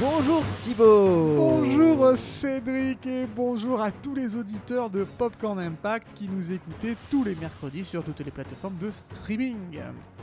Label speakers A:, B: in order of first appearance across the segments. A: Bonjour Thibaut
B: Bonjour Cédric et bonjour à tous les auditeurs de Popcorn Impact qui nous écoutez tous les mercredis sur toutes les plateformes de streaming.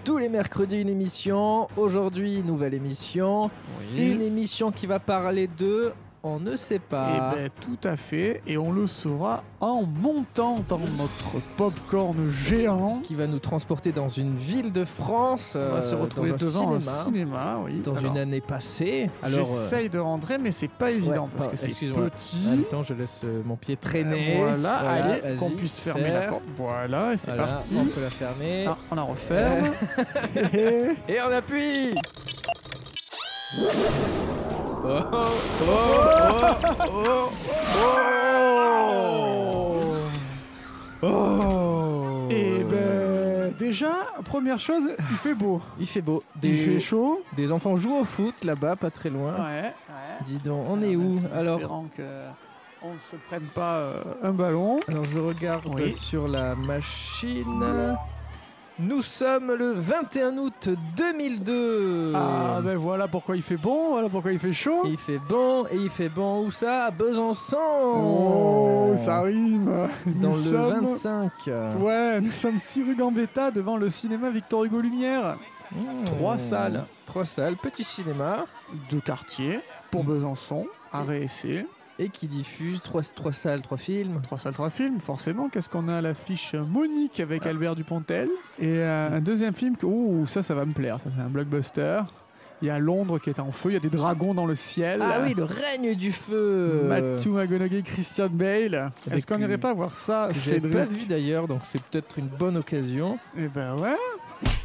A: Tous les mercredis une émission, aujourd'hui nouvelle émission, une émission qui va parler de... On ne sait pas.
B: Et ben tout à fait, et on le saura en montant dans notre popcorn géant.
A: qui va nous transporter dans une ville de France,
B: On va se
A: euh,
B: retrouver
A: dans un
B: devant
A: cinéma,
B: un cinéma, oui.
A: dans
B: Alors,
A: une année passée. Alors, euh,
B: J'essaye de rentrer, mais c'est pas évident parce
A: pas-
B: que c'est
A: excuse-moi.
B: petit.
A: attends, je laisse euh, mon pied traîner.
B: Voilà, allez,
A: vas-y,
B: qu'on puisse fermer la
A: serre.
B: porte. Voilà, et c'est
A: Voilà,
B: parti.
A: On peut la fermer.
B: Ah, on la referme. Et-
A: Et on appuie Oh, oh, oh, oh, oh, oh.
B: Et Eh ben déjà, première chose, il fait beau.
A: Il fait beau.
B: Il
A: Des,
B: fait chaud.
A: des enfants jouent au foot là-bas, pas très loin.
B: Ouais, Ah, ben,
A: Dis donc, on est où Alors,
B: Espérant que on ne se prenne pas euh, un ballon.
A: alors, je regarde
B: Oui.
A: sur la machine. Nous sommes le 21 août 2002.
B: Ah ben voilà pourquoi il fait bon, voilà pourquoi il fait chaud.
A: Il fait bon et il fait bon où ça À Besançon
B: Oh, ça rime.
A: Dans
B: nous
A: le
B: sommes...
A: 25.
B: Ouais, nous sommes 6 rue Gambetta devant le cinéma Victor Hugo Lumière.
A: Mmh.
B: Trois salles.
A: Trois salles, petit cinéma,
B: De quartier, pour Besançon, arrêt essai.
A: et qui diffuse trois, trois salles, trois films.
B: Trois salles, trois films, forcément. Qu'est-ce qu'on a à l'affiche Monique avec Albert Dupontel. Et euh, un deuxième film, que... ouh, ça, ça va me plaire. Ça, c'est un blockbuster. Il y a Londres qui est en feu, il y a des dragons dans le ciel.
A: Ah oui, le règne du feu
B: Matthew McConaughey, Christian Bale.
A: Avec
B: Est-ce qu'on
A: une-
B: n'irait pas voir ça,
A: que J'ai
B: Cédric
A: pas vu d'ailleurs, donc c'est peut-être une bonne occasion.
B: Eh ben ouais.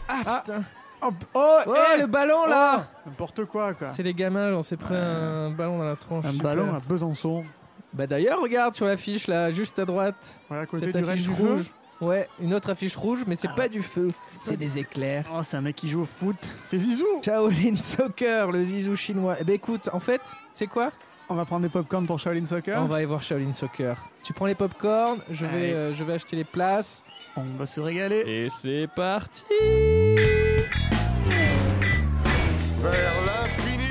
A: Ah,
B: Ah.
A: putain
B: Oh, oh,
A: Oh,
B: eh
A: le ballon là
B: Oh, N'importe quoi, quoi.
A: C'est les gamins, là, on s'est pris
B: Euh,
A: un ballon dans la tronche.
B: Un
A: super.
B: ballon hein. à Besançon.
A: Bah d'ailleurs, regarde sur l'affiche là, juste à droite.
B: Ouais, à côté
A: cette
B: du
A: affiche
B: Range
A: rouge. Ouais, une autre affiche rouge, mais c'est
B: Ah.
A: pas du feu, c'est des éclairs.
B: Oh, c'est un mec qui joue au foot. C'est Zizou.
A: Shaolin Soccer, le zizou chinois. Eh ben écoute, en fait, c'est quoi
B: On va prendre des popcorn pour Shaolin Soccer.
A: On va aller voir Shaolin Soccer. Tu prends les popcorn, je
B: Hein Allez.
A: vais, euh, je vais acheter les places.
B: On va se régaler.
A: Et c'est parti
C: vers l'infini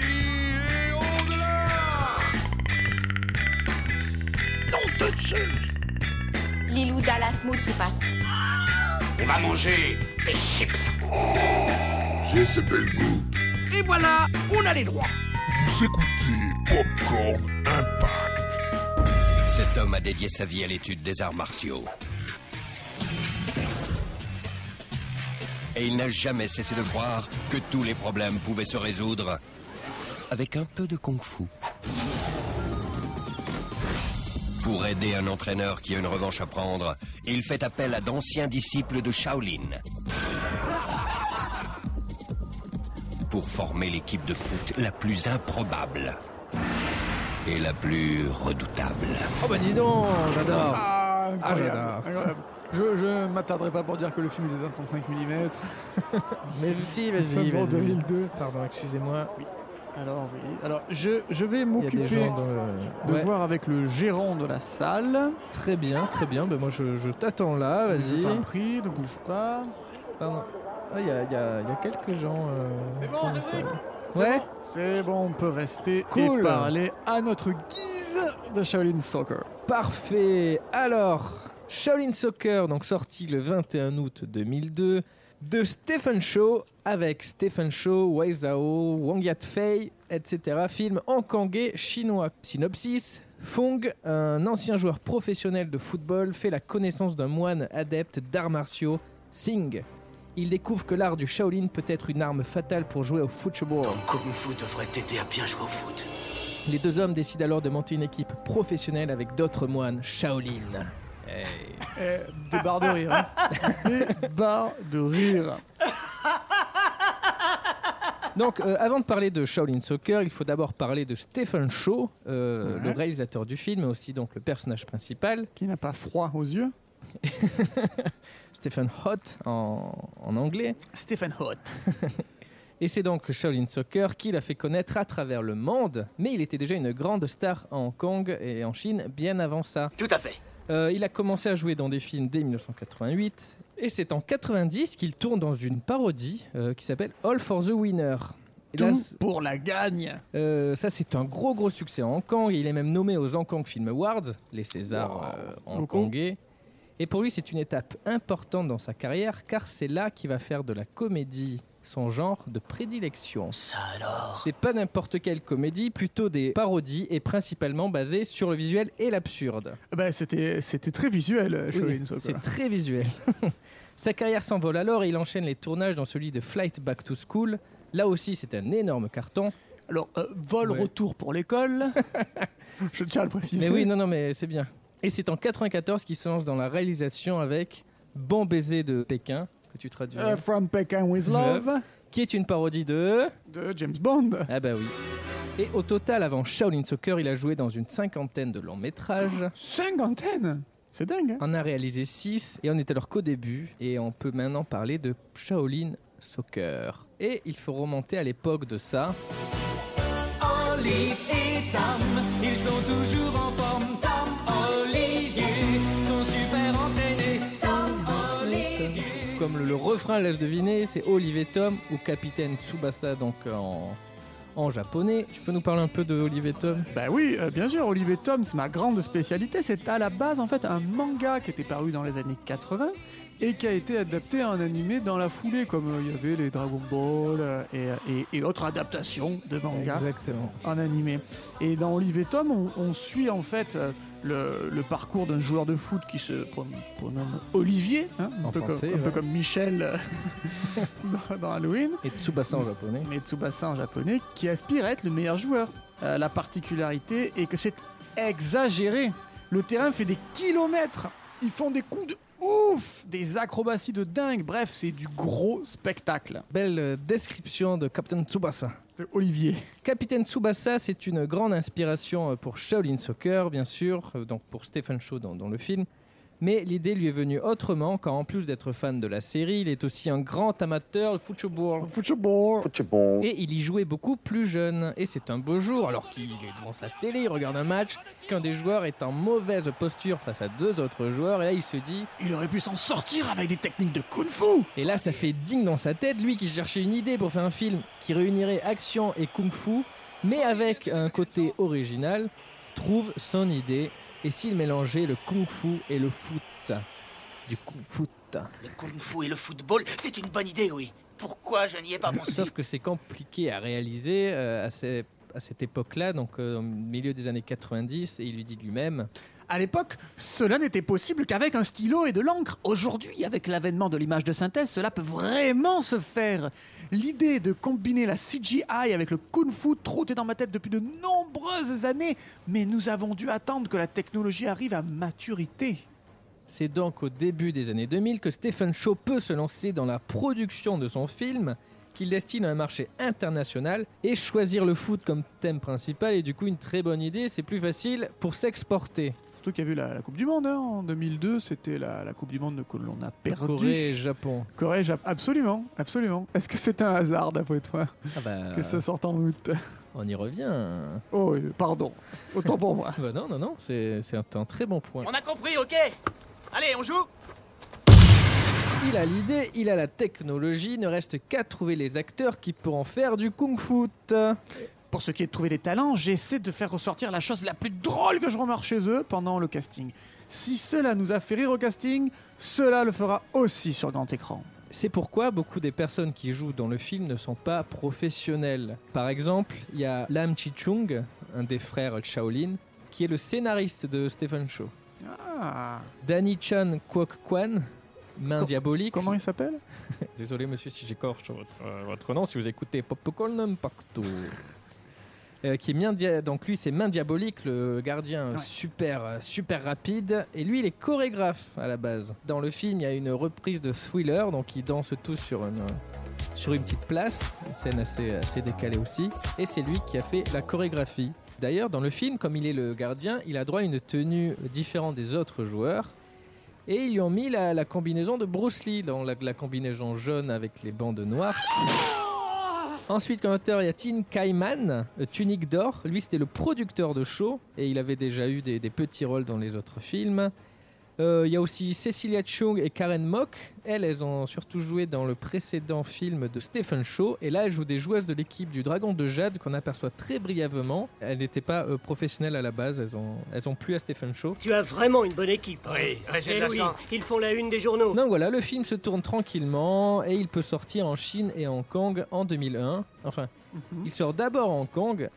C: et au-delà.
D: Lilou Dallas Mood qui passe.
E: On va manger des chips.
C: J'ai ce bel goût.
E: Et voilà, on a les droits.
C: Vous écoutez Popcorn Impact.
F: Cet homme a dédié sa vie à l'étude des arts martiaux. Et il n'a jamais cessé de croire que tous les problèmes pouvaient se résoudre avec un peu de kung-fu. Pour aider un entraîneur qui a une revanche à prendre, il fait appel à d'anciens disciples de Shaolin. Pour former l'équipe de foot la plus improbable et la plus redoutable.
A: Oh bah dis donc, j'adore
B: Ah, incroyable.
A: Ah, j'adore.
B: incroyable. Je, je m'attarderai pas pour dire que le film est en 35 mm.
A: Mais si,
B: Nous sommes
A: vas-y,
B: en
A: vas-y.
B: 2002.
A: Pardon, excusez-moi,
B: Alors oui. Alors je, je vais
A: il y a des
B: m'occuper
A: gens dans le...
B: de
A: Ouais,
B: voir avec le gérant de la salle.
A: Très bien, très bien, bah moi je, je t'attends là,
B: Je
A: vas-y.
B: t'en prie, ne bouge pas.
A: Pardon. Ah, il y a, il y a- il y a quelques gens... euh,
B: C'est bon,
A: dans
B: c'est
A: la salle.
B: C'est
A: Ouais
B: bon, C'est bon, on peut rester
A: Cool.
B: et parler à notre guise de Shaolin Soccer.
A: Parfait. Alors, Shaolin Soccer, donc sorti le 21 août 2002, de Stephen Chow avec Stephen Chow, Wei Zhao, Wang Yatfei, etc. Film hongkongais chinois. Synopsis. Fong, un ancien joueur professionnel de football, fait la connaissance d'un moine adepte d'arts martiaux, Singh. Il découvre que l'art du Shaolin peut être une arme fatale pour jouer au football.
G: Ton kung fu devrait t'aider à bien jouer au foot.
A: Les deux hommes décident alors de monter une équipe professionnelle avec d'autres moines Shaolin.
B: Eh, des barres de rire. hein. Des barres de rire.
A: Donc, euh, avant de parler de Shaolin Soccer, il faut d'abord parler de Stephen Chow, euh,
B: Ouais.
A: le réalisateur du film, mais aussi donc le personnage principal,
B: Qui n'a pas froid aux yeux
A: Stephen Hot en, en anglais.
B: Stephen Hot.
A: Et c'est donc Shaolin Soccer qui l'a fait connaître à travers le monde, mais il était déjà une grande star à Hong Kong et en Chine bien avant ça.
G: Tout à fait.
A: Euh, il a commencé à jouer dans des films dès 1988, et c'est en 90 qu'il tourne dans une parodie euh, qui s'appelle All for the Winner. Et là,
B: Tout
A: c'est-
B: pour la gagne.
A: euh, ça, c'est un gros, gros succès en Hong Kong. Il est même nommé aux Hong Kong Film Awards, les Césars euh, hongkongais. Et pour lui, c'est une étape importante dans sa carrière, car c'est là qu'il va faire de la comédie son genre de prédilection.
C: Ça alors.
A: C'est pas n'importe quelle comédie, plutôt des parodies et principalement basées sur le visuel et l'absurde.
B: Ah Bah, c'était, c'était très visuel,
A: Oui,
B: Shaolin Soccer.
A: c'est très visuel. Sa carrière s'envole alors et il enchaîne les tournages dans celui de Flight Back to School. Là aussi, c'est un énorme carton.
B: Alors, euh, vol
A: Ouais.
B: retour pour l'école. Je tiens à le préciser.
A: Mais oui, non, non, mais c'est bien. Et c'est en 94 qu'il se lance dans la réalisation avec Bon baiser de Pékin, que tu traduis,
B: Euh, from Peking with
A: Love.
B: Love
A: qui est une parodie de...
B: de James Bond.
A: Ah bah oui. Et au total, avant Shaolin Soccer, il a joué dans une cinquantaine de longs métrages.
B: Cinquantaine. C'est dingue. hein.
A: On a réalisé 6 et on est alors qu'au début et on peut maintenant parler de Shaolin Soccer. Et il faut remonter à l'époque de ça. Comme le, le refrain laisse deviner, c'est Olivier Tom ou Capitaine Tsubasa donc en, en japonais. Tu peux nous parler un peu de Olivier Tom
B: Bah oui, euh, bien sûr, Olivier Tom, c'est ma grande spécialité. C'est à la base, en fait, un manga qui était paru dans les années 80 et qui a été adapté à un animé dans la foulée, comme euh, il y avait les Dragon Ball euh, et, et- et autres adaptations de manga
A: Exactement.
B: en animé. Et dans Olivier Tom, on, on suit en fait euh, le, le parcours d'un joueur de foot qui se pron- pronomme Olivier, hein, un,
A: En
B: peu,
A: français,
B: comme, un peu
A: ouais.
B: comme Michel euh, dans- dans Halloween.
A: Et Tsubasa en japonais.
B: Mais Tsubasa en japonais, qui aspire à être le meilleur joueur. Euh, la particularité est que c'est exagéré. Le terrain fait des kilomètres. Ils font des coups de ouf, des acrobaties de dingue. Bref, c'est du gros spectacle.
A: Belle euh, description de Captain Tsubasa.
B: De Olivier.
A: Capitaine Tsubasa, c'est une grande inspiration euh, pour Shaolin Soccer, bien sûr, euh, donc pour Stephen Chow dans, dans le film. Mais l'idée lui est venue autrement, quand en plus d'être fan de la série, il est aussi un grand amateur de football.
B: Football.
A: Et il y jouait beaucoup plus jeune. Et c'est un beau jour, alors qu'il est devant sa télé, il regarde un match, qu'un des joueurs est en mauvaise posture face à deux autres joueurs, et là il se dit
B: Il aurait pu s'en sortir avec des techniques de kung-fu.
A: Et là, ça fait digne dans sa tête, lui qui cherchait une idée pour faire un film qui réunirait action et kung-fu, mais avec un côté original, trouve son idée et s'il mélangeait le kung-fu et le foot. Du kung-fu.
C: Le kung-fu et le football, c'est une bonne idée, oui. Pourquoi je n'y ai pas pensé
A: Sauf que c'est compliqué à réaliser euh, à, ces- à cette époque-là, donc euh, au milieu des années 90, et il lui dit lui-même
B: À l'époque, cela n'était possible qu'avec un stylo et de l'encre. Aujourd'hui, avec l'avènement de l'image de synthèse, cela peut vraiment se faire. L'idée de combiner la CGI avec le kung-fu trottait dans ma tête depuis de nombreuses années, mais nous avons dû attendre que la technologie arrive à maturité.
A: C'est donc au début des années 2000 que Stephen Chow peut se lancer dans la production de son film, qu'il destine à un marché international, et choisir le foot comme thème principal est du coup une très bonne idée, c'est plus facile pour s'exporter.
B: Surtout qu'il y avait la, la Coupe du Monde hein, en 2002, c'était la, la Coupe Oh, du Monde que l'on a perdue.
A: Corée, Japon.
B: Corée, Jap- absolument, absolument. Est-ce que c'est un hasard d'après toi
A: Ah bah,
B: que ça sorte en août
A: on y revient. Ah
B: Oh, oui, pardon, autant pour moi.
A: Bah non, non, non, c'est c'est un, un très bon point.
C: On a compris, ok Allez, on joue
A: Il a l'idée, il a la technologie, ne reste qu'à trouver les acteurs qui pourront faire du kung-fu.
B: Pour ce qui est de trouver des talents, j'essaie de faire ressortir la chose la plus drôle que je remarque chez eux pendant le casting. Si cela nous a fait rire au casting, cela le fera aussi sur grand écran.
A: C'est pourquoi beaucoup des personnes qui jouent dans le film ne sont pas professionnelles. Par exemple, il y a Lam Chi-chung, un des frères Shaolin, qui est le scénariste de Stephen Chow.
B: Ah,
A: Danny Chan Kwok Kwan, main
B: Co-
A: diabolique.
B: comment il s'appelle
A: Désolé monsieur si j'écorche votre, euh, votre nom, si vous écoutez Popcorn partout. Euh, qui est bien dia- donc lui c'est main diabolique le gardien euh,
B: Ouais.
A: super euh, super rapide et lui il est chorégraphe à la base dans le film il y a une reprise de Thriller donc ils dansent tous sur une euh, sur une petite place une scène assez assez décalée aussi et c'est lui qui a fait la chorégraphie d'ailleurs dans le film comme il est le gardien il a droit à une tenue différente des autres joueurs et ils lui ont mis la, la combinaison de Bruce Lee, dans la, la combinaison jaune avec les bandes noires. Ensuite, comme auteur, il y a Tin Kaiman, euh, Tunique d'or. Lui, c'était le producteur de show et il avait déjà eu des, des petits rôles dans les autres films. Euh, Il y a aussi Cecilia Chung et Karen Mock. Elles, elles ont surtout joué dans le précédent film de Stephen Shaw. Et là, elles jouent des joueuses de l'équipe du Dragon de Jade qu'on aperçoit très brièvement. Elles n'étaient pas euh, professionnelles à la base. Elles ont, elles ont plu à Stephen Shaw.
H: Tu as vraiment une bonne équipe.
I: Oui, ouais, j'ai de
H: Eh
C: ben
I: la
H: oui,
I: chance.
H: ils font la une des journaux.
A: Donc voilà, le film se tourne tranquillement et il peut sortir en Chine et Hong Kong en 2001. Enfin,
B: Mhm.
A: il sort d'abord en Hong Kong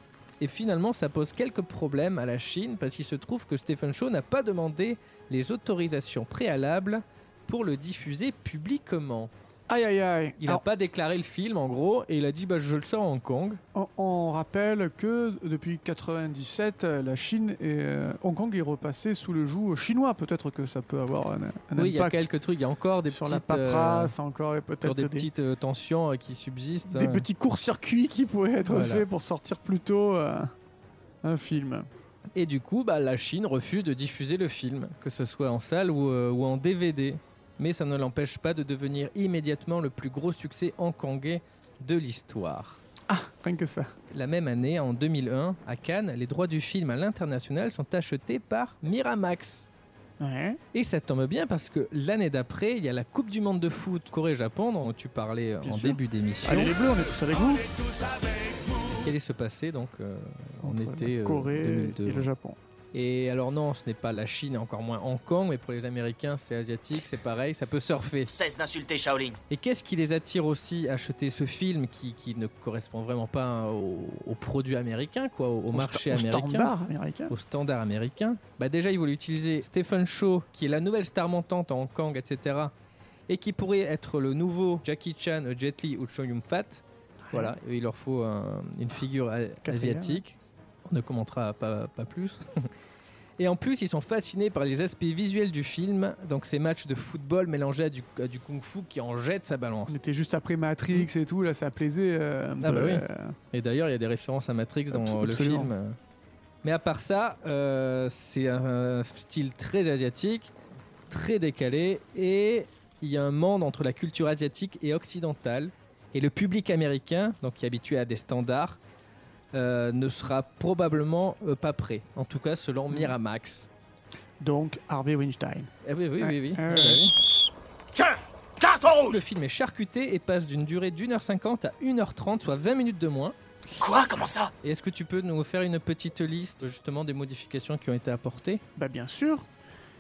A: et finalement ça pose quelques problèmes à la Chine parce qu'il se trouve que Stephen Chow n'a pas demandé les autorisations préalables pour le diffuser publiquement.
B: Aïe, aïe, aïe.
A: Il n'a
B: Alors,
A: pas déclaré le film en gros et il a dit bah je le sors en Hong Kong.
B: on, on rappelle que depuis 97, euh, la Chine et euh, Hong Kong est repassé sous le joug chinois. Peut-être que ça peut avoir un, un
A: oui, il y a
B: impact
A: quelques trucs, il y a encore des
B: sur la
A: petites euh,
B: paperasse, encore et peut-être
A: sur des
B: des,
A: petites euh, tensions euh, qui subsistent.
B: des
A: hein.
B: petits courts-circuits qui pourraient être
A: Voilà.
B: faits pour sortir plus tôt euh, un film.
A: Et du coup, bah, la Chine refuse de diffuser le film, que ce soit en salle ou, euh, ou en DVD. Mais ça ne l'empêche pas de devenir immédiatement le plus gros succès hongkongais de l'histoire.
B: Rien que ça.
A: La même année, en 2001, à Cannes, les droits du film à l'international sont achetés par Miramax.
B: Ouais.
A: Et ça tombe bien parce que l'année d'après, il y a la Coupe du Monde de foot Corée-Japon dont tu parlais euh,
B: Bien
A: en
B: sûr.
A: début d'émission,
B: Allez les bleus, on est tous avec vous.
A: qui allait se passer donc euh, en
B: Entre
A: été
B: la
A: euh,
B: Corée
A: 2002.
B: et le Japon.
A: Et alors non, ce n'est pas la Chine, et encore moins Hong Kong, mais pour les Américains, c'est asiatique, c'est pareil, ça peut surfer.
C: Cesse d'insulter Shaolin.
A: Et qu'est-ce qui les attire aussi à acheter ce film qui, qui ne correspond vraiment pas au, au produit américain, quoi, au, au marché
B: au sta- Au
A: américain
B: standard américain.
A: au standard américain, bah déjà ils voulaient utiliser Stephen Shaw, qui est la nouvelle star montante en Hong Kong, etc., et qui pourrait être le nouveau Jackie Chan, euh, Jet Li ou Chow Yun-fat. Voilà, et il leur faut un- une figure a-
B: Quatrième.
A: asiatique. On ne commentera pas, pas plus. Et en plus, ils sont fascinés par les aspects visuels du film, donc ces matchs de football mélangés à du, à du kung-fu qui en jette sa balance.
B: On était juste après Matrix et tout, là ça plaisait. euh, un
A: Ah
B: peu,
A: bah oui.
B: euh,
A: Et d'ailleurs, il y a des références à Matrix dans
B: Absol-
A: le
B: absolument.
A: film. Mais à part ça, euh, c'est un style très asiatique, très décalé, et il y a un monde entre la culture asiatique et occidentale. Et le public américain, donc qui est habitué à des standards, euh, ne sera probablement euh, pas prêt. En tout cas, selon Miramax.
B: Donc Harvey Weinstein.
A: Hmm. Eh oui, oui, oui, oui.
B: Ouais.
A: Ah bah oui.
J: Tiens, carton rouge
A: Le film est charcuté et passe d'une durée d'1h50 à 1h30, soit 20 minutes de moins.
C: Quoi Comment ça
A: Et est-ce que tu peux nous faire une petite liste justement des modifications qui ont été apportées
B: Bah bien sûr.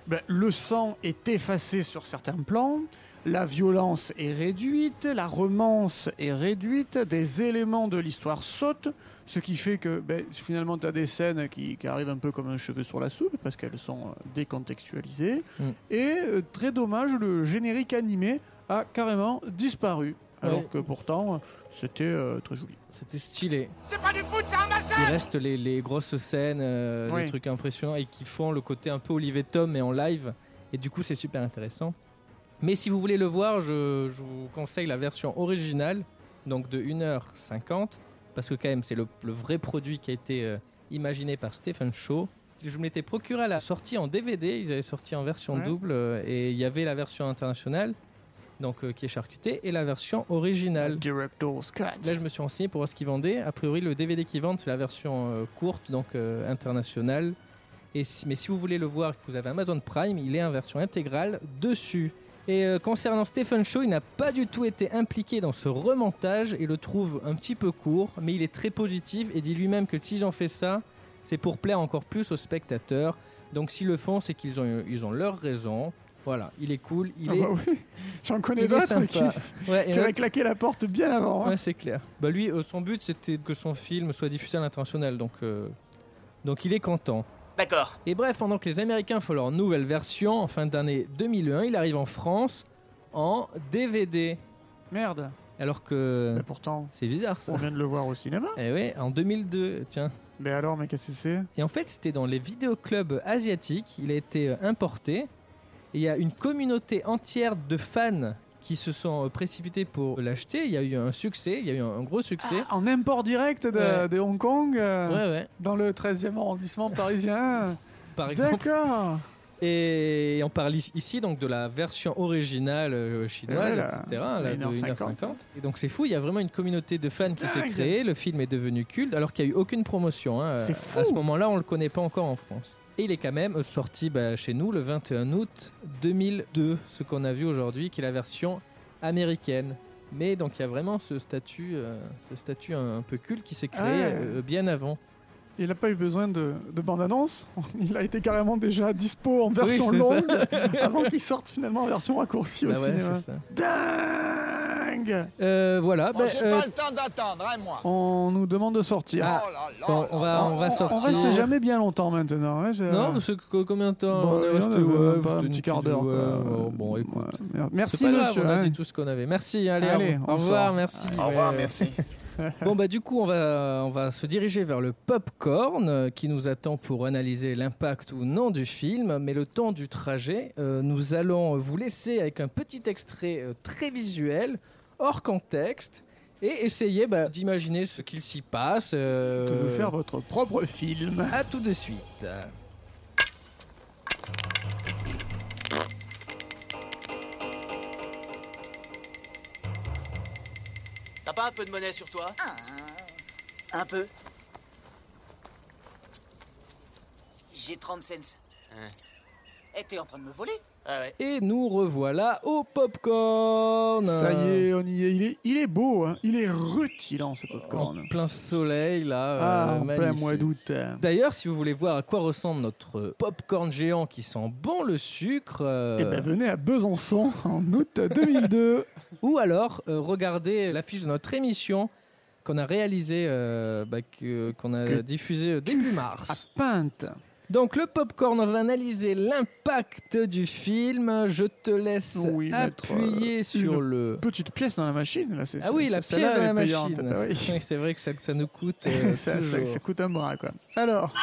B: Bah, le sang est effacé sur certains plans. La violence est réduite, la romance est réduite, des éléments de l'histoire sautent, ce qui fait que bah, finalement tu as des scènes qui, qui arrivent un peu comme un cheveu sur la soupe parce qu'elles sont euh, décontextualisées.
A: Mm.
B: Et euh, très dommage, le générique animé a carrément disparu, alors
A: Ouais.
B: que pourtant c'était euh, très joli.
A: C'était stylé.
J: C'est pas du foot, c'est un massacre
A: Il reste les, les grosses scènes, euh, les
B: Oui.
A: trucs impressionnants et qui font le côté un peu Olivier Tom mais en live. Et du coup, c'est super intéressant. Mais si vous voulez le voir, je, je vous conseille la version originale, donc de 1h50, parce que quand même, c'est le, le vrai produit qui a été euh, imaginé par Stephen Shaw. Je me l'étais procuré à la sortie en DVD, ils avaient sorti en version
B: Ouais.
A: double, euh, et il y avait la version internationale, donc euh, qui est charcutée, et la version originale.
B: Director's Cut.
A: Là, je me suis renseigné pour voir ce qu'ils vendaient. A priori, le DVD qu'ils vendent, c'est la version euh, courte, donc euh, internationale. Et si- mais si vous voulez le voir, que vous avez Amazon Prime, il est en version intégrale dessus. Et euh, concernant Stephen Shaw, il n'a pas du tout été impliqué dans ce remontage et le trouve un petit peu court, mais il est très positif et dit lui-même que s'ils ont fait ça, c'est pour plaire encore plus aux spectateurs. Donc s'ils le font, c'est qu'ils ont, ils ont leur raison. Voilà, il est cool, il
B: Ah
A: est,
B: bah oui, j'en
A: il
B: connais
A: est
B: d'autres qui,
A: sympa. Ouais, et
B: qui
A: un
B: auraient claqué la porte bien avant. hein.
A: Ouais, c'est clair. Bah lui, euh, son but c'était que son film soit diffusé à l'international, donc euh, donc il est content.
C: D'accord.
A: Et bref, pendant que les Américains font leur nouvelle version en fin d'année 2001, il arrive en France en DVD.
B: Merde.
A: Alors que
B: Mais pourtant,
A: c'est bizarre ça.
B: on vient de le voir au cinéma.
A: Eh ouais, en 2002, tiens.
B: Mais alors, mais qu'est-ce que c'est
A: Et en fait, c'était dans les vidéoclubs asiatiques. Il a été euh, importé. Et il y a une communauté entière de fans qui se sont euh, précipités pour l'acheter. Il y a eu un succès, il y a eu un un gros succès.
B: Ah, En import direct de,
A: Ouais.
B: de Hong Kong, euh,
A: Ouais, ouais,
B: dans le 13e arrondissement parisien.
A: par exemple.
B: D'accord.
A: Et on parle ici- ici donc de la version originale euh, chinoise,
B: Ouais, là,
A: etc. Là, de
B: 1h50.
A: 1h50. Et donc c'est fou, il y a vraiment une communauté de fans qui s'est
B: dingue.
A: créée. Le film est devenu culte alors qu'il n'y a eu aucune promotion. hein.
B: C'est
A: Euh,
B: fou.
A: À ce moment-là, on ne le connaît pas encore en France. Et il est quand même sorti bah, chez nous le 21 août 2002, ce qu'on a vu aujourd'hui, qui est la version américaine. Mais donc il y a vraiment ce statut, euh, ce statut un, un peu culte qui s'est créé
B: Ouais.
A: euh, bien avant.
B: Il n'a pas eu besoin de, de bande-annonce. Il a été carrément déjà dispo en version
A: c'est ça.
B: longue avant qu'il sorte finalement en version raccourcie au
A: Bah ouais,
B: cinéma.
A: c'est ça.
B: Dingue
A: Euh, voilà, bah, euh,
K: temps d'attendre, hein, moi.
B: On nous demande de sortir.
K: Oh là là.
A: bon, on va, Ah, on va sortir.
B: On reste jamais bien longtemps maintenant. hein, j'ai-
A: Non, parce que co- combien de temps
B: Bon,
A: on est
B: on
A: resté
B: avait
A: ouais,
B: même pas
A: peut-être
B: un
A: une
B: petit quart
A: petite-
B: d'heure.
A: ouais,
B: quoi.
A: ouais, bon,
B: Ouais,
A: écoute.
B: merde.
A: C'est
B: Merci
A: pas
B: monsieur.
A: grave, on a
B: hein.
A: dit tout ce qu'on avait. Merci, allez,
B: Allez,
A: au
B: on
A: revoir,
B: sort.
A: merci.
K: Au revoir,
A: Ouais.
K: merci.
A: Bon bah du coup on va on va se diriger vers le popcorn euh, qui nous attend pour analyser l'impact ou non du film. Mais le temps du trajet, euh, nous allons vous laisser avec un petit extrait euh, très visuel, hors contexte, et essayer bah, d'imaginer ce qu'il s'y passe. euh,
B: De vous faire votre propre film.
A: À tout de suite.
C: T'as pas un peu de monnaie sur toi Un peu. J'ai 30 cents. Eh, t'es en train de me voler Ah ouais.
A: Et nous revoilà au popcorn.
B: Ça y est, on y est. Il est, il est beau. hein. Il est rutilant ce popcorn.
A: En plein soleil là. euh,
B: Ah, en plein
A: Oh, magnifique. Euh.
B: mois d'août. hein.
A: D'ailleurs, si vous voulez voir à quoi ressemble notre euh, popcorn géant qui sent bon le sucre, euh,
B: Eh ben venez à Besançon en août 2002.
A: ou alors euh, regardez l'affiche de notre émission qu'on a réalisée, euh, bah, que- qu'on a
B: Que
A: diffusée euh, début
B: à
A: mars.
B: Pinte.
A: Donc le popcorn, on va analyser l'impact du film. Je te laisse
B: Oui, mettre,
A: appuyer
B: euh,
A: sur le...
B: Petite pièce dans la machine là. c'est-
A: Ah oui,
B: c'est-
A: la
B: celle-là,
A: pièce
B: elle
A: dans
B: est
A: la
B: payante.
A: machine.
B: Ah oui.
A: Oui, c'est vrai que ça, ça nous coûte. euh,
B: ça, ça-
A: toujours.
B: ça coûte un bras, quoi. Alors.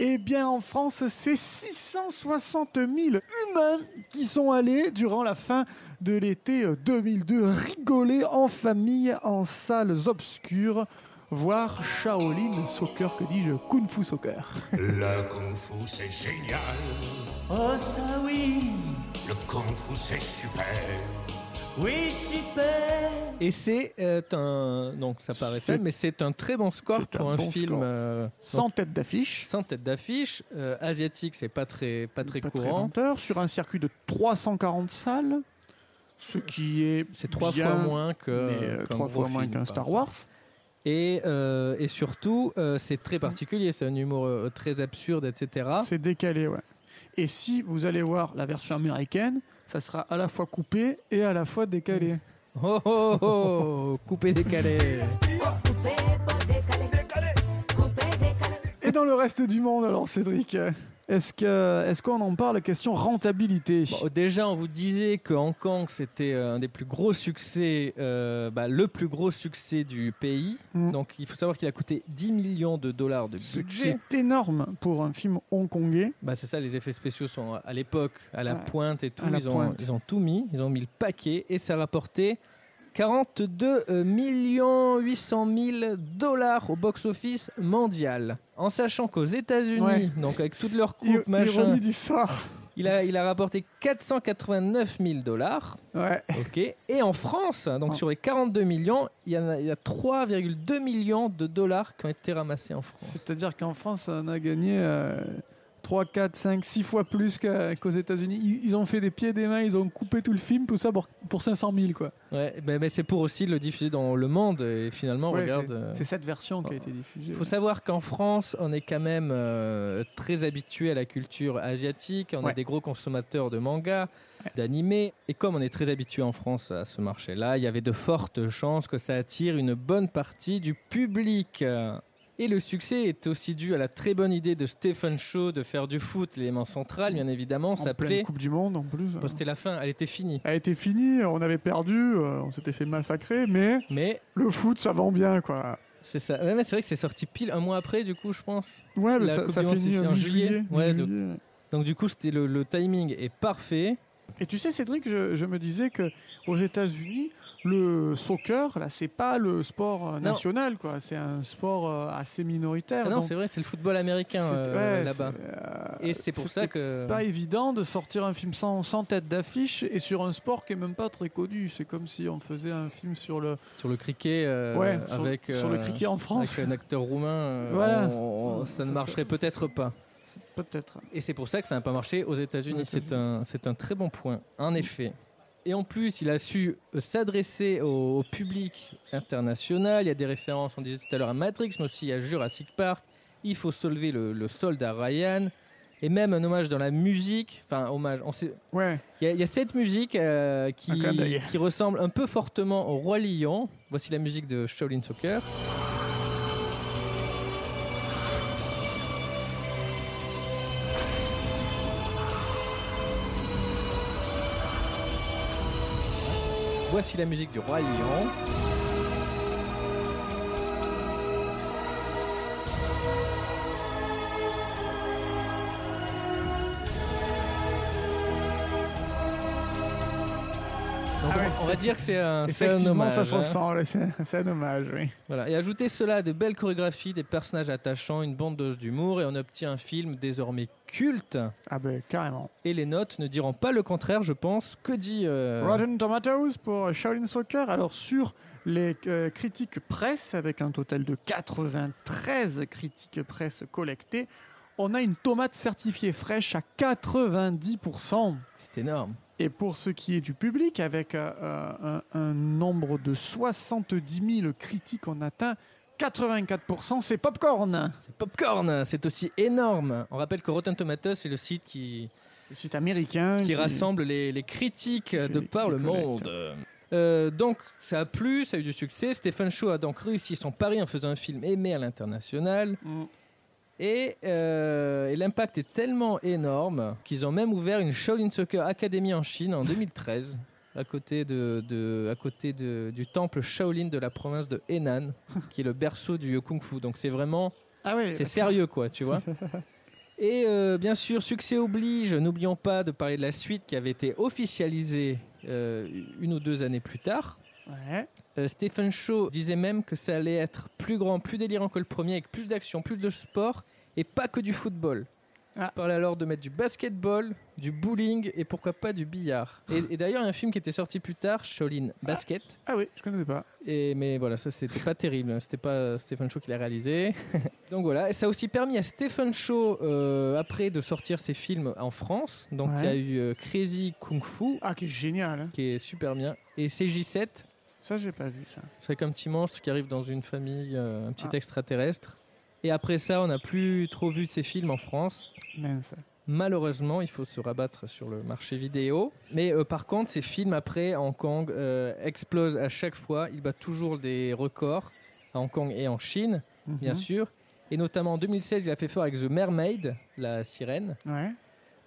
B: Eh bien, en France, c'est 660 000 humains qui sont allés, durant la fin de l'été 2002, rigoler en famille, en salles obscures, voir Shaolin Soccer, que dis-je, Kung Fu Soccer.
L: Le Kung Fu, c'est génial.
C: Oh, ça oui
L: Le Kung Fu, c'est super.
C: Oui, super
A: Et c'est euh, un... Donc ça paraît faible, mais c'est un très bon score
B: C'est
A: pour
B: un
A: un
B: bon
A: film...
B: score.
A: euh,
B: Sans tête d'affiche.
A: sans tête d'affiche. Euh, asiatique, c'est pas très, pas très
B: pas très
A: courant.
B: lenteur, sur un circuit de 340 salles, ce qui est
A: c'est trois
B: bien,
A: fois moins que
B: mais, euh,
A: qu'un
B: trois
A: gros
B: fois moins
A: film,
B: qu'un
A: par
B: Star
A: exemple.
B: Wars.
A: Et, euh, et surtout, euh, c'est très particulier. C'est un humour euh, très absurde, etc.
B: C'est décalé, ouais. Et si vous allez voir la version américaine, ça sera à la fois coupé et à la fois décalé.
A: Oh oh oh, coupé décalé.
D: Coupé, pas décalé. Coupé, décalé.
B: Et dans le reste du monde, alors, Cédric, euh, est-ce que est-ce qu'on en parle Question rentabilité.
A: Bon, déjà, on vous disait que Hong Kong c'était euh, un des plus gros succès, euh, bah, le plus gros succès du pays.
B: Mm.
A: Donc, il faut savoir qu'il a coûté 10 millions de dollars de
B: ce qui
A: budget.
B: est énorme pour un film hongkongais.
A: Bah c'est ça, les effets spéciaux sont à l'époque, à la
B: Ouais.
A: pointe et tout.
B: À la
A: Ils ont,
B: pointe.
A: ils ont tout mis, ils ont mis le paquet et ça rapportait 42 euh, millions 800 000 dollars au box-office mondial. En sachant qu'aux États-Unis,
B: Ouais.
A: donc avec toutes leurs
B: I-
A: coupes, machin,
B: Ironie du sort.
A: il a, il a rapporté 489 000 dollars.
B: Ouais.
A: Ok. Et en France, donc
B: Oh.
A: sur les 42 millions, il y en a, il y a 3,2 millions de dollars qui ont été ramassés en France.
B: C'est-à-dire qu'en France, on a gagné euh, 3, 4, 5, 6 fois plus qu'à- qu'aux États-Unis. Ils, ils ont fait des pieds et des mains, ils ont coupé tout le film, tout ça pour, pour 500 000, quoi.
A: Ouais, mais, mais c'est pour aussi le diffuser dans le monde et finalement,
B: Ouais,
A: regarde.
B: c'est-
A: euh,
B: c'est cette version qui a été diffusée.
A: Il faut savoir qu'en France, on est quand même euh, très habitué à la culture asiatique. On
B: Ouais.
A: est des gros consommateurs de mangas, d'animés. Et comme on est très habitué en France à ce marché-là, il y avait de fortes chances que ça attire une bonne partie du public. Euh, Et le succès est aussi dû à la très bonne idée de Stephen Shaw de faire du foot l'élément central, bien évidemment.
B: en
A: Ça
B: pleine
A: plaît.
B: Coupe hein. du Monde en plus. euh.
A: Bon, C'était la fin, elle était finie.
B: a été finie, on avait perdu, euh, on s'était fait massacrer, mais
A: Mais
B: le foot ça vend bien quoi.
A: c'est ça. Ouais, mais c'est vrai que c'est sorti pile un mois après, du coup, je pense.
B: Ouais, mais
A: La
B: ça,
A: Coupe
B: ça
A: du Monde, c'est
B: finit
A: fini en
B: en juillet.
A: juillet. Ouais,
B: mi-juillet.
A: Donc du coup, c'était le, le timing est parfait.
B: Et tu sais, Cédric, je, je me disais que aux États-Unis, le soccer, là, c'est pas le sport euh,
A: Non.
B: national, quoi. C'est un sport euh, assez minoritaire.
A: Ah non,
B: donc
A: c'est vrai, c'est le football américain
B: c'est-
A: euh,
B: ouais,
A: là-bas.
B: c'est, euh,
A: Et c'est pour ça
B: c'était
A: que.
B: Pas évident de sortir un film sans, sans tête d'affiche et sur un sport qui est même pas très connu. C'est comme si on faisait un film sur le,
A: Sur le cricket. euh,
B: ouais, sur-
A: avec,
B: sur, le
A: euh,
B: cricket en France.
A: Avec un acteur roumain, euh,
B: Voilà.
A: on- on- ça ne
B: Ça,
A: marcherait
B: ça, ça,
A: peut-être pas.
B: C'est Peut-être.
A: Et c'est pour ça que ça n'a pas marché aux États-Unis.
B: Aux
A: C'est un, c'est un très bon point, en effet. Et en plus, il a su euh, s'adresser au, au public international. Il y a des références, on disait tout à l'heure, à Matrix, mais aussi à Jurassic Park. Il faut soulever le, le soldat Ryan. Et même un hommage dans la musique. Enfin, hommage. On sait,
B: Ouais.
A: il y, a- il y a cette musique euh,
B: Un
A: qui,
B: clin d'œil.
A: qui ressemble un peu fortement au Roi Lion. Voici la musique de Shaolin Soccer. Voici la musique du Roi Lion. Donc,
B: Ah ouais,
A: on va dire que c'est un, c'est un
B: Effectivement,
A: hommage.
B: ça se
A: hein.
B: ressemble. C'est, c'est un hommage, oui.
A: Voilà. Et ajoutez cela à de belles chorégraphies, des personnages attachants, une bande dose d'humour, et on obtient un film désormais culte.
B: Ah ben, carrément.
A: Et les notes ne diront pas le contraire, je pense. Que dit euh,
B: Rotten Tomatoes pour euh, Shaolin Soccer. Alors sur les euh, critiques presse, avec un total de 93 critiques presse collectées, on a une tomate certifiée fraîche à 90%.
A: C'est énorme.
B: Et pour ce qui est du public, avec euh, euh, un, un nombre de 70 000 critiques, on atteint 84%, c'est Popcorn
A: C'est popcorn, c'est aussi énorme. On rappelle que Rotten Tomatoes, c'est le site qui,
B: Le site américain
A: qui rassemble les, les critiques
B: fait
A: de par
B: des
A: le
B: collectes.
A: monde. Euh, donc, ça a plu, ça a eu du succès. Stephen Shaw a donc réussi son pari en faisant un film aimé à l'international.
B: Mm.
A: Et, euh, et l'impact est tellement énorme qu'ils ont même ouvert une Shaolin Soccer Academy en Chine en 2013, à côté, de, de- à côté de- du temple Shaolin de la province de Henan, qui est le berceau du Kung Fu. Donc, c'est vraiment
B: Ah oui,
A: c'est sérieux, quoi, tu vois. Et euh, bien sûr, succès oblige, n'oublions pas de parler de la suite qui avait été officialisée euh, une ou deux années plus tard.
B: ouais.
A: Euh, Stephen Shaw disait même que ça allait être plus grand, plus délirant que le premier, avec plus d'action, plus de sport, et pas que du football.
B: Ah.
A: Il parlait alors de mettre du basketball, du bowling et pourquoi pas du billard. Et, et d'ailleurs, il y a un film qui était sorti plus tard, Shaolin Basket.
B: ah oui, je connaissais pas.
A: Et, mais voilà, ça c'était pas terrible, hein. c'était pas euh, Stephen Shaw qui l'a réalisé. Donc voilà, et ça a aussi permis à Stephen Shaw euh, après de sortir ses films en France. Donc il y a
B: Ouais.
A: eu euh, Crazy Kung Fu
B: Ah, qui est génial, hein.
A: qui est super bien et CJ7,
B: ça j'ai pas vu ça.
A: c'est comme un petit monstre qui arrive dans une famille, euh, un petit
B: Ah.
A: extraterrestre. Et après ça, on n'a plus trop vu ses films en France.
B: Mince.
A: Malheureusement, il faut se rabattre sur le marché vidéo. Mais euh, par contre, ces films après à Hong Kong euh, explosent à chaque fois. Ils battent toujours des records à Hong Kong et en Chine, bien
B: Mhm.
A: sûr. Et notamment en 2016, il a fait fort avec The Mermaid, la sirène,
B: Ouais.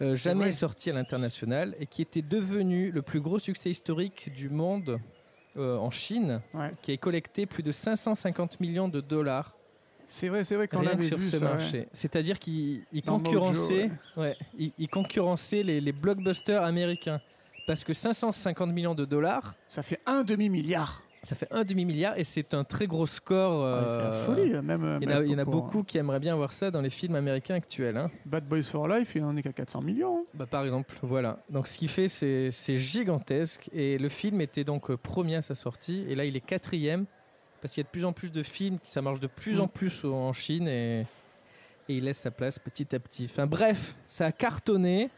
A: euh, jamais
B: vrai.
A: sorti à l'international et qui était devenu le plus gros succès historique du monde euh, en Chine,
B: Ouais.
A: qui a collecté plus de 550 millions de dollars
B: C'est vrai, c'est vrai qu'on
A: rien
B: l'avait
A: que sur
B: vu
A: ce
B: ça, ouais.
A: marché. C'est-à-dire qu'il il
B: Dans Mojo,
A: concurrençait, ouais, il, il concurrençait les, les blockbusters américains. Parce que 550 millions de dollars,
B: Ça fait un demi milliard.
A: ça fait un demi-milliard et c'est un très gros score.
B: Ouais, c'est la
A: euh,
B: folie, hein, même.
A: Il y en a,
B: même
A: il y en a
B: pour-
A: beaucoup qui aimeraient bien voir ça dans les films américains actuels. hein.
B: Bad Boys for Life, il en est qu'à 400 millions. hein.
A: Bah, par exemple, voilà. Donc ce qu'il fait, c'est c'est gigantesque. Et le film était donc euh, premier à sa sortie. Et là, il est quatrième. Parce qu'il y a de plus en plus de films, qui- ça marche de plus en plus au- en Chine. Et, et il laisse sa place petit à petit. Enfin bref, ça a cartonné.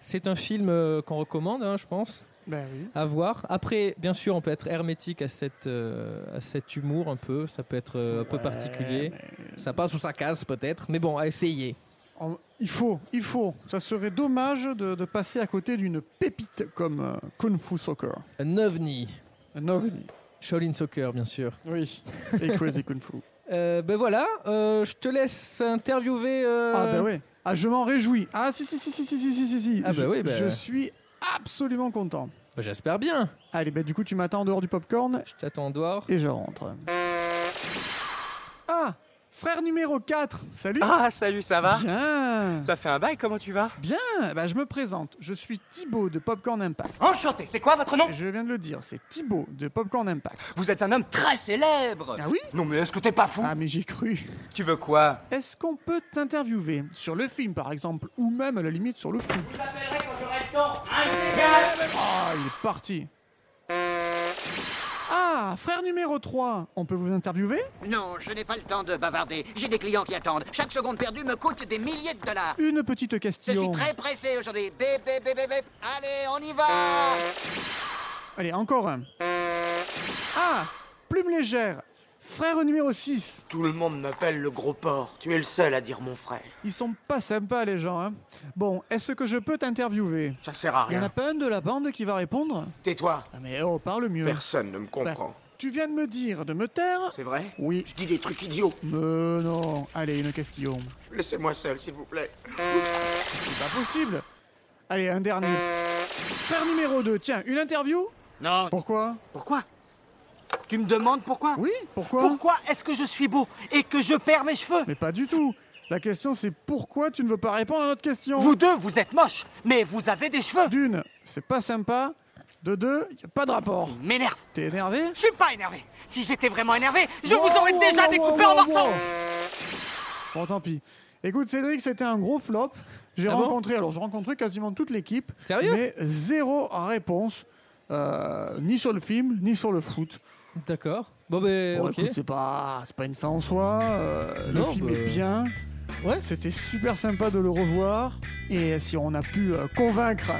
A: C'est un film euh, qu'on recommande, hein, je pense,
B: Ben oui.
A: à voir. Après, bien sûr, on peut être hermétique à, cette, euh, à cet humour un peu. Ça peut être euh, un peu particulier. Ça passe ou ça casse peut-être. Mais bon, à essayer.
B: En- Il faut, il faut. Ça serait dommage de, de passer à côté d'une pépite comme euh, Kung Fu Soccer.
A: Un ovni.
B: Un ovni.
A: Shaolin Soccer, bien sûr.
B: Oui. Et Crazy Kung Fu.
A: Euh, ben voilà, euh, je te laisse interviewer. euh,
B: Ah ben oui. Ah je m'en réjouis. Ah si si si si si si si si. si.
A: Ah bah
B: Je-
A: oui, bah.
B: Je suis absolument content.
A: ben J'espère bien.
B: Allez, ben du coup tu m'attends en dehors du popcorn
A: Je t'attends en dehors.
B: et je rentre. Ah Frère numéro 4, salut
E: Ah, salut, ça va
B: Bien
E: Ça fait un bail, comment tu vas
B: Bien bah, Je me présente, je suis Thibaut de Popcorn Impact.
E: Enchanté, c'est quoi votre nom
B: Je viens de le dire, c'est Thibaut de Popcorn Impact.
E: Vous êtes un homme très célèbre
B: Ah oui
E: Non, mais est-ce que t'es pas fou
B: Ah mais j'ai cru
E: Tu veux quoi
B: Est-ce qu'on peut t'interviewer Sur le film par exemple, ou même à la limite sur le foot
E: hein,
B: Ah, il est parti Ah, frère numéro 3, on peut vous interviewer
M: Non, je n'ai pas le temps de bavarder. J'ai des clients qui attendent. Chaque seconde perdue me coûte des milliers de dollars.
B: Une petite
M: Je suis
B: question.
M: très pressé aujourd'hui. Bip, bip, bip, bip, bip. Allez, on y va
B: Allez, encore un. Ah, plume légère. Frère numéro 6.
N: Tout le monde m'appelle le gros porc. Tu es le seul à dire mon frère.
B: Ils sont pas sympas les gens, hein. Bon, est-ce que je peux t'interviewer
N: Ça sert à
B: Y en a
N: rien.
B: pas un de la bande qui va répondre
N: Tais-toi.
B: Ah mais oh, parle mieux.
N: Personne ne me
B: Bah,
N: comprend.
B: tu viens de me dire de me taire
N: C'est vrai
B: Oui.
N: Je dis des trucs idiots.
B: Mais non. Allez, une question.
N: Laissez-moi seul, s'il vous plaît.
B: C'est pas possible. Allez, un dernier. Frère numéro 2, tiens, une interview
E: Non.
B: Pourquoi
E: Pourquoi Tu me demandes pourquoi
B: Oui, pourquoi
E: Pourquoi est-ce que je suis beau et que je perds mes cheveux
B: Mais pas du tout. La question c'est pourquoi tu ne veux pas répondre à notre question
E: Vous deux, vous êtes moches, mais vous avez des cheveux
B: D'une, c'est pas sympa. De deux, y a pas de rapport.
E: Il m'énerve
B: T'es énervé
E: Je suis pas énervé Si j'étais vraiment énervé, je
B: Wow,
E: vous aurais
B: wow,
E: déjà
B: wow,
E: découpé
B: wow,
E: en morceaux
B: wow. Bon, tant pis. Écoute, Cédric, c'était un gros flop. J'ai
A: Ah bon
B: rencontré, alors j'ai rencontré quasiment toute l'équipe.
A: Sérieux
B: Mais zéro réponse, euh, ni sur le film, ni sur le foot.
A: D'accord. Bon, ben,
B: Bon,
A: ok.
B: écoute, c'est pas, c'est pas une fin en soi. euh, le
A: Non,
B: film
A: bah,
B: est bien.
A: ouais.
B: C'était super sympa de le revoir. Et si on a pu euh, convaincre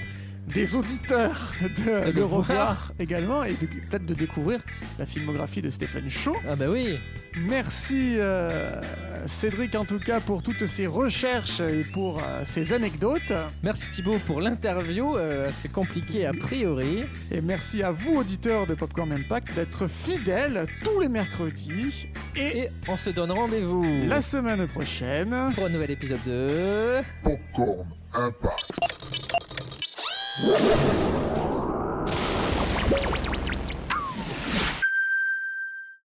B: des auditeurs de,
A: De
B: le
A: le voir.
B: revoir également et de- peut-être de découvrir la filmographie de Stéphane Shaw.
A: Ah, bah oui.
B: Merci euh, Cédric en tout cas pour toutes ces recherches et pour euh, ces anecdotes.
A: Merci Thibaut pour l'interview. euh, c'est compliqué a priori.
B: Et merci à vous auditeurs de Popcorn Impact d'être fidèles tous les mercredis et,
A: Et on se donne rendez-vous
B: la semaine prochaine.
A: pour un nouvel épisode de.
O: Popcorn Impact.